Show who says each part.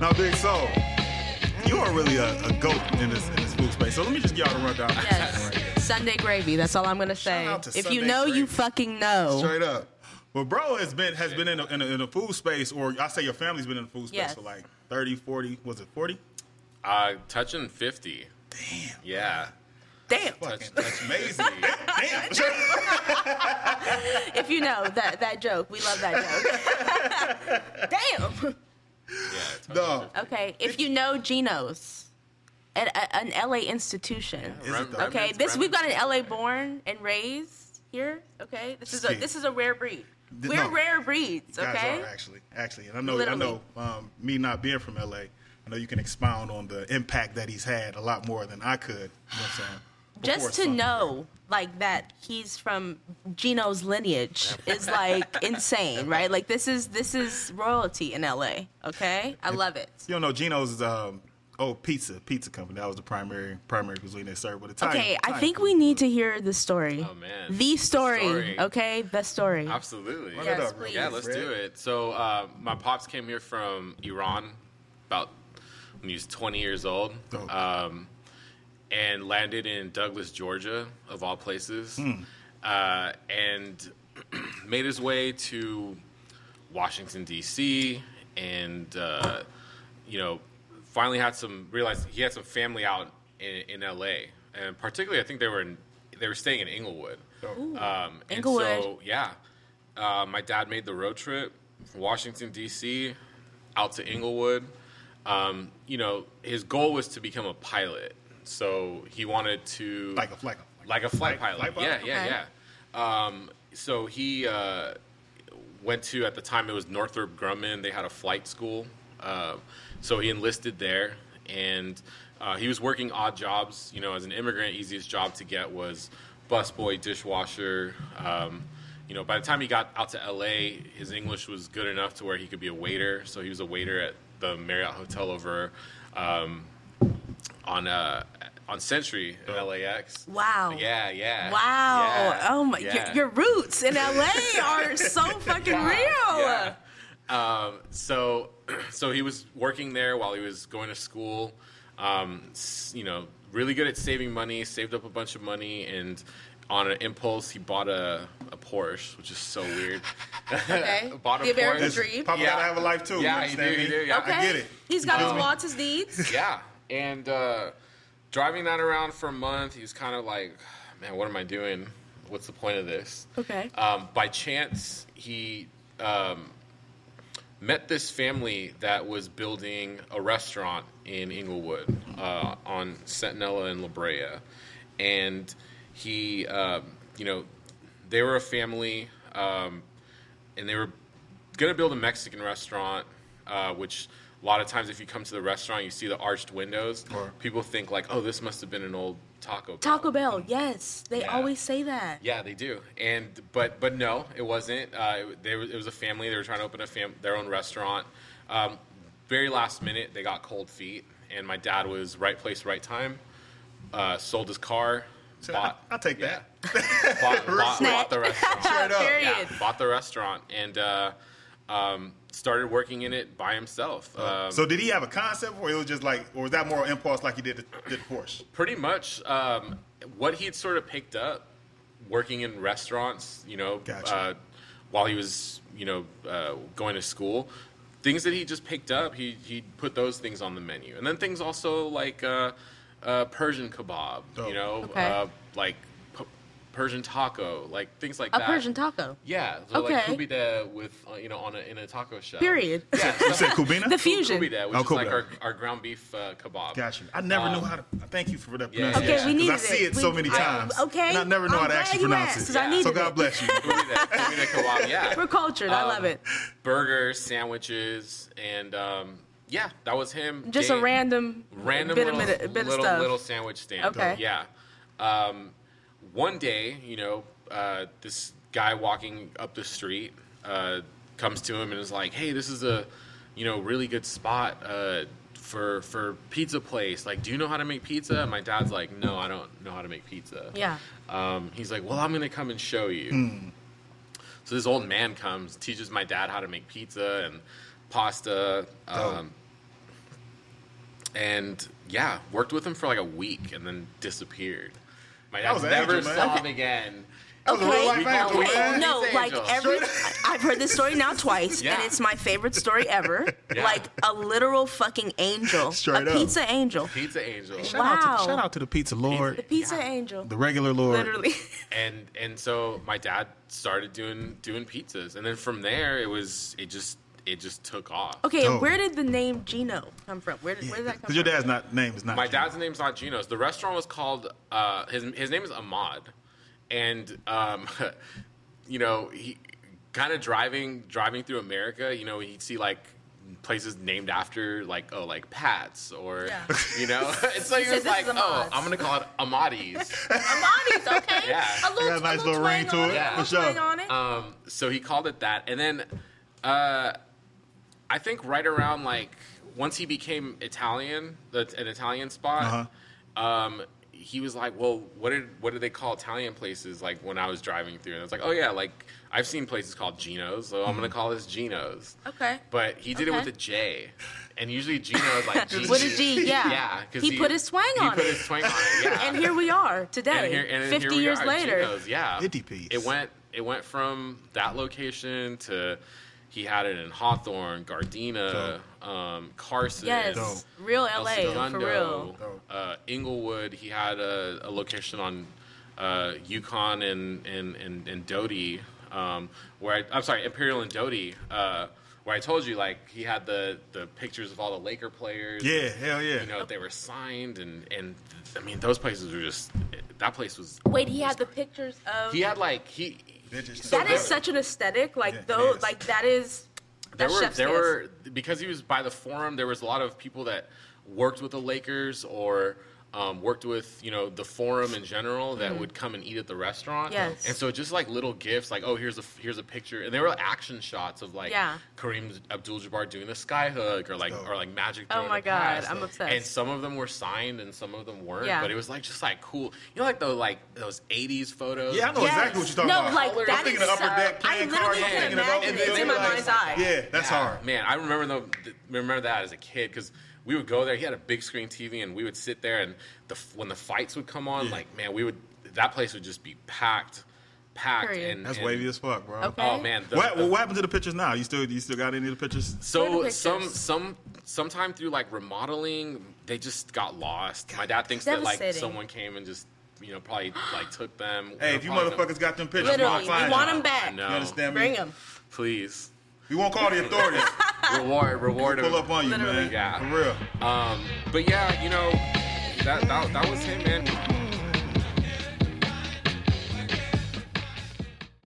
Speaker 1: Now, Big Soul, you are really a, a goat in this in this food space. So let me just get y'all to run down.
Speaker 2: Yes. Sunday gravy. That's all I'm gonna say.
Speaker 1: out to
Speaker 2: If you
Speaker 1: Sunday
Speaker 2: know,
Speaker 1: gravy.
Speaker 2: you fucking know.
Speaker 1: Straight up. Well, bro has been has been in a, in, a, in a food space, or I say your family's been in the food space
Speaker 2: Yes.
Speaker 1: for like 30, 40, was it 40?
Speaker 3: Uh, touching 50. Damn. Yeah.
Speaker 2: Damn.
Speaker 1: Fucking, that's amazing. Damn.
Speaker 2: If you know that that joke, we love that joke. Damn.
Speaker 3: Yeah. touching
Speaker 1: No.
Speaker 3: 50.
Speaker 2: Okay. If you know Geno's, an, an LA institution.
Speaker 1: it though?
Speaker 2: Okay.
Speaker 3: remnants-
Speaker 2: This we've got an
Speaker 3: remnants.
Speaker 2: LA born and raised here. Okay. This is a
Speaker 1: Shit.
Speaker 2: this is a rare breed.
Speaker 1: Th-
Speaker 2: We're
Speaker 1: no.
Speaker 2: rare breeds.
Speaker 1: guys
Speaker 2: Okay.
Speaker 1: are actually actually and i know
Speaker 2: Literally.
Speaker 1: i know um, me not being from la i know you can expound on the impact that he's had a lot more than i could you know what i'm saying Before
Speaker 2: just to
Speaker 1: Sunday.
Speaker 2: know like that he's from Gino's lineage is like insane, right? Like this is this is royalty in LA, okay? I love it.
Speaker 1: you don't know gino's um oh pizza pizza company that was the primary primary cuisine they served with italian
Speaker 2: Okay, I
Speaker 1: Italian
Speaker 2: think
Speaker 1: food.
Speaker 2: we need to hear the story.
Speaker 3: Oh, man.
Speaker 2: The story,
Speaker 3: story.
Speaker 2: okay? The story.
Speaker 3: Absolutely.
Speaker 1: Run
Speaker 2: Yes,
Speaker 1: it up,
Speaker 2: please.
Speaker 3: Yeah, let's
Speaker 1: Fred.
Speaker 3: do it. So uh, my pops came here from Iran about when he was 20 years old,
Speaker 1: Oh.
Speaker 3: um, and landed in Douglas, Georgia, of all places, uh, and made his way to Washington D.C. and uh, you know finally had some realized he had some family out in, in L.A. and particularly I think they were in, they were staying in Inglewood. Um, and
Speaker 2: Inglewood.
Speaker 3: so, yeah, uh, my dad made the road trip from Washington, D.C., out to Inglewood. Um, you know, his goal was to become a pilot. So he wanted to.
Speaker 1: like a flag
Speaker 3: Like a flight
Speaker 1: Like-
Speaker 3: pilot.
Speaker 1: like pilot?
Speaker 3: Yeah, yeah,
Speaker 2: Okay.
Speaker 3: yeah. Um, so he uh, went to, at the time, it was Northrop Grumman. They had a flight school. Uh, so he enlisted there. And uh, he was working odd jobs. You know, as an immigrant, easiest job to get was busboy, dishwasher. Um, you know, by the time he got out to LA, his English was good enough to where he could be a waiter. So he was a waiter at the Marriott Hotel over um, on uh, on Century
Speaker 1: Oh.
Speaker 3: in LAX.
Speaker 2: Wow.
Speaker 3: Yeah, yeah.
Speaker 2: Wow.
Speaker 3: Yeah,
Speaker 2: oh my
Speaker 3: yeah.
Speaker 2: your, your roots in LA are so fucking real.
Speaker 3: Yeah. Um, so, so he was working there while he was going to school. Um, s- you know, really good at saving money. Saved up a bunch of money, and on an impulse, he bought a, a Porsche, which is so weird.
Speaker 2: Okay.
Speaker 3: Bought a
Speaker 2: the American
Speaker 3: Porsche.
Speaker 2: dream.
Speaker 1: Papa
Speaker 3: Yeah.
Speaker 1: gotta have a life too.
Speaker 3: Yeah, you
Speaker 1: understand
Speaker 3: do,
Speaker 1: me?
Speaker 3: you do, yeah.
Speaker 2: okay.
Speaker 1: I get it.
Speaker 2: He's got his
Speaker 1: Um,
Speaker 2: wants, his needs.
Speaker 3: yeah and uh, driving that around for a month he was kind of like man what am i doing what's the point of this
Speaker 2: Okay.
Speaker 3: um, by chance he um, met this family that was building a restaurant in Inglewood uh, on Sentinella and La Brea, and he, um, you know, they were a family, um, and they were going to build a Mexican restaurant, uh, which. A lot of times, if you come to the restaurant, you see the arched windows.
Speaker 1: Right.
Speaker 3: People think like, "Oh, this must have been an old Taco Bell."
Speaker 2: Taco Bell, yes. They
Speaker 3: Yeah.
Speaker 2: always say that.
Speaker 3: Yeah, they do. And but but no, it wasn't. Uh, it, they, were- it was a family. They were trying to open a fam- their own restaurant. Um, very last minute, they got cold feet, and my dad was right place, right time. Uh, sold his car,
Speaker 1: So I,
Speaker 3: bought,
Speaker 1: I'll take
Speaker 3: yeah,
Speaker 1: that.
Speaker 3: bought, bought, bought the restaurant.
Speaker 1: Straight up.
Speaker 2: Period.
Speaker 3: Yeah, bought the restaurant and uh, um, started working in it by himself. Um,
Speaker 1: so did he have a concept, or it was just like, or was that more impulse like he did the, did the Porsche?
Speaker 3: pretty much um, what he had sort of picked up working in restaurants, you know,
Speaker 1: Gotcha.
Speaker 3: uh, while he was, you know, uh, going to school. Things that he just picked up, he he put those things on the menu, and then things also like uh, uh, Persian kebab,
Speaker 1: Dope.
Speaker 3: you know,
Speaker 2: Okay.
Speaker 3: uh, like p- Persian taco, like things like
Speaker 2: A
Speaker 3: that.
Speaker 2: Persian taco.
Speaker 3: yeah, so like
Speaker 2: Okay.
Speaker 3: kubida with uh, you know on a, in a taco shell.
Speaker 2: Period.
Speaker 3: Yeah,
Speaker 1: You said Kubina?
Speaker 2: The fusion.
Speaker 3: kubida, which
Speaker 1: Oh,
Speaker 3: is like
Speaker 1: kubida.
Speaker 3: our, our ground beef uh, kebab.
Speaker 1: Gotcha. I never knew how to. Thank you for that
Speaker 3: Um, Yeah,
Speaker 1: pronunciation.
Speaker 3: Okay,
Speaker 1: Because I
Speaker 3: we
Speaker 2: needed
Speaker 1: see it
Speaker 2: it.
Speaker 1: so
Speaker 2: We-
Speaker 1: many
Speaker 2: I-
Speaker 1: times.
Speaker 2: okay,
Speaker 1: And I never know how
Speaker 2: I'm
Speaker 1: to
Speaker 2: glad
Speaker 1: actually
Speaker 2: you
Speaker 1: pronounce
Speaker 2: asked, 'cause
Speaker 1: it.
Speaker 2: I needed
Speaker 1: so God
Speaker 2: it.
Speaker 1: bless you.
Speaker 3: Kubida, kubida kebab. Yeah,
Speaker 2: We're cultured. I
Speaker 1: Um,
Speaker 2: love it.
Speaker 3: burgers, sandwiches, and um, yeah, that was him.
Speaker 2: Just a
Speaker 3: Day-
Speaker 2: random,
Speaker 3: random
Speaker 2: bit,
Speaker 3: little,
Speaker 2: of, bit, of- bit of
Speaker 3: little,
Speaker 2: stuff.
Speaker 3: little sandwich stand.
Speaker 2: Okay.
Speaker 3: Yeah. Um, one day, you know, uh, this guy walking up the street uh, comes to him and is like, "Hey, this is a, you know, really good spot uh, for for pizza place. Like, do you know how to make pizza?" And my dad's like, "No, I don't know how to make pizza."
Speaker 2: Yeah.
Speaker 3: Um, he's like, "Well, I'm gonna come and show you."
Speaker 1: Hmm.
Speaker 3: So this
Speaker 1: Oh.
Speaker 3: old man comes, teaches my dad how to make pizza and pasta. Um, and yeah, worked with him for like a week and then disappeared. My
Speaker 1: That
Speaker 3: dad
Speaker 1: was an
Speaker 3: never
Speaker 1: angel, man.
Speaker 3: saw
Speaker 1: Okay.
Speaker 3: him again.
Speaker 1: That was a real
Speaker 2: Okay.
Speaker 1: life angel,
Speaker 3: Okay.
Speaker 1: man.
Speaker 2: No,
Speaker 3: It's
Speaker 2: like
Speaker 3: angels.
Speaker 2: every I've heard this story now twice,
Speaker 3: Yeah.
Speaker 2: and it's my favorite story ever.
Speaker 3: Yeah.
Speaker 2: Like a literal fucking angel,
Speaker 1: Straight
Speaker 2: a
Speaker 1: up.
Speaker 2: pizza angel,
Speaker 3: Pizza Angel.
Speaker 1: Shout, out
Speaker 2: Wow.
Speaker 1: to, shout out to the pizza lord,
Speaker 2: pizza angel,
Speaker 1: the regular lord.
Speaker 2: Oh. literally.
Speaker 3: and and so my dad started doing doing pizzas and then from there it was it just it just took off
Speaker 2: Okay,
Speaker 1: Dope.
Speaker 2: where did the name Gino come from? Where, did where did that come
Speaker 1: Because your
Speaker 2: from?
Speaker 1: dad's not name is not
Speaker 3: my
Speaker 1: Gino.
Speaker 3: dad's name's not Gino's. The restaurant was called uh, his his name is Ahmad, and um, you know he kind of driving driving through America. You know he'd see like places named after like oh like Pats or
Speaker 2: Yeah.
Speaker 3: you know it's like
Speaker 2: He
Speaker 3: he
Speaker 2: said, "This
Speaker 3: was like
Speaker 2: is
Speaker 3: oh
Speaker 2: Ahmad's."
Speaker 3: I'm gonna call it Ahmadi's.
Speaker 2: Amani's, okay.
Speaker 3: Yeah.
Speaker 2: A little,
Speaker 1: It got a nice little ring
Speaker 2: twang
Speaker 1: to
Speaker 2: on
Speaker 1: it,
Speaker 2: A
Speaker 3: for
Speaker 2: little
Speaker 1: sure.
Speaker 2: twang on it.
Speaker 3: Um, so he called it that, and then uh, I think right around like once he became Italian, the, an Italian spot, um, he was like, "Well, what did what do they call Italian places?" Like when I was driving through, and I was like, "Oh yeah, like I've seen places called Geno's, so I'm gonna call this Geno's."
Speaker 2: Okay.
Speaker 3: But he did
Speaker 2: Oh, Okay.
Speaker 3: it with a J, and usually Gino is like G.
Speaker 2: With a G, yeah.
Speaker 3: yeah, 'cause
Speaker 2: He put his swang
Speaker 3: he
Speaker 2: on
Speaker 3: put
Speaker 2: it.
Speaker 3: his swang on it, yeah.
Speaker 2: and here we are today,
Speaker 3: And here, and then
Speaker 2: 50
Speaker 3: here we
Speaker 2: years
Speaker 3: are at
Speaker 2: later.
Speaker 3: Gino's, yeah.
Speaker 1: Itty Pete's.
Speaker 3: It went it went from that location to he had it in Hawthorne, Gardena, um, Carson.
Speaker 2: Yes,
Speaker 1: Dope.
Speaker 2: real
Speaker 3: El
Speaker 2: LA for
Speaker 3: Segundo,
Speaker 2: real.
Speaker 1: Dope.
Speaker 3: Uh, Inglewood. He had a, a location on uh, Yukon and and and, and Doty, um, where I, I'm sorry, Imperial and Doty. Uh, where I told you, like he had the the pictures of all the Laker players.
Speaker 1: Yeah, hell yeah.
Speaker 3: You know, they were signed, and and I mean, those places were just. That place was.
Speaker 2: Wait, he had the pictures of.
Speaker 3: He had like he.
Speaker 1: Bitches.
Speaker 3: so
Speaker 2: that
Speaker 3: there-
Speaker 2: is such an aesthetic. Like
Speaker 1: Yeah, it
Speaker 2: though,
Speaker 1: is.
Speaker 2: like that is.
Speaker 3: There
Speaker 2: That's
Speaker 3: were
Speaker 2: chef's
Speaker 3: there
Speaker 2: kiss.
Speaker 3: were because he was by the forum. There was a lot of people that worked with the Lakers or. Um, worked with you know the forum in general that would come and eat at the restaurant,
Speaker 2: Mm-hmm. Yes.
Speaker 3: and so just like little gifts, like oh here's a here's a picture, and there were action shots of like
Speaker 2: Yeah.
Speaker 3: Kareem Abdul-Jabbar doing the sky hook or like
Speaker 1: dope.
Speaker 3: or like Magic.
Speaker 2: Oh
Speaker 3: throwing
Speaker 2: my
Speaker 3: a
Speaker 2: God,
Speaker 3: pass.
Speaker 2: I'm obsessed.
Speaker 3: And some of them were signed and some of them weren't,
Speaker 2: Yeah.
Speaker 3: but it was like just like cool, you know like the like those '80s photos.
Speaker 1: Yeah, I know
Speaker 2: Yes.
Speaker 1: exactly what you're talking
Speaker 2: No,
Speaker 1: about.
Speaker 2: like,
Speaker 1: I'm
Speaker 2: that
Speaker 1: thinking
Speaker 2: is
Speaker 1: of upper
Speaker 2: so-
Speaker 1: deck
Speaker 2: I
Speaker 1: playing
Speaker 2: literally
Speaker 1: cards. I'm
Speaker 3: can
Speaker 1: thinking of all
Speaker 3: imagine
Speaker 1: these
Speaker 3: it. It's in
Speaker 1: things.
Speaker 3: my mind's eye.
Speaker 1: Yeah, that's
Speaker 3: Yeah,
Speaker 1: hard.
Speaker 3: Man, I remember though, th- remember that as a kid because we would go there. He had a big screen TV, and we would sit there, and the f- when the fights would come on, like man, we would that place would just be packed, packed.
Speaker 2: Period.
Speaker 3: And
Speaker 1: That's
Speaker 3: and-
Speaker 1: wavy as fuck, bro.
Speaker 2: Okay.
Speaker 3: Oh man, the-
Speaker 1: What,
Speaker 3: the-
Speaker 1: what happened to the pictures now? You still you still got any of the pictures?
Speaker 2: Where are
Speaker 3: so
Speaker 2: the
Speaker 3: some
Speaker 2: pictures?
Speaker 3: some sometime through like remodeling, they just got lost. My dad thinks that like
Speaker 2: Devastating.
Speaker 3: someone came and just you know probably like took them.
Speaker 1: Hey, if you
Speaker 3: Probably them-
Speaker 1: motherfuckers got them pictures,
Speaker 2: Literally,
Speaker 1: I'll
Speaker 2: we
Speaker 1: find
Speaker 2: want 'em
Speaker 1: you.
Speaker 2: back.
Speaker 3: No,
Speaker 1: You understand me?
Speaker 2: Bring him.
Speaker 3: please.
Speaker 1: We won't call the authorities.
Speaker 3: Reward, reward.
Speaker 1: Pull up on you,
Speaker 2: Literally.
Speaker 1: man.
Speaker 3: Yeah.
Speaker 1: For real.
Speaker 3: Um, but yeah, you know, that that, that was him, man.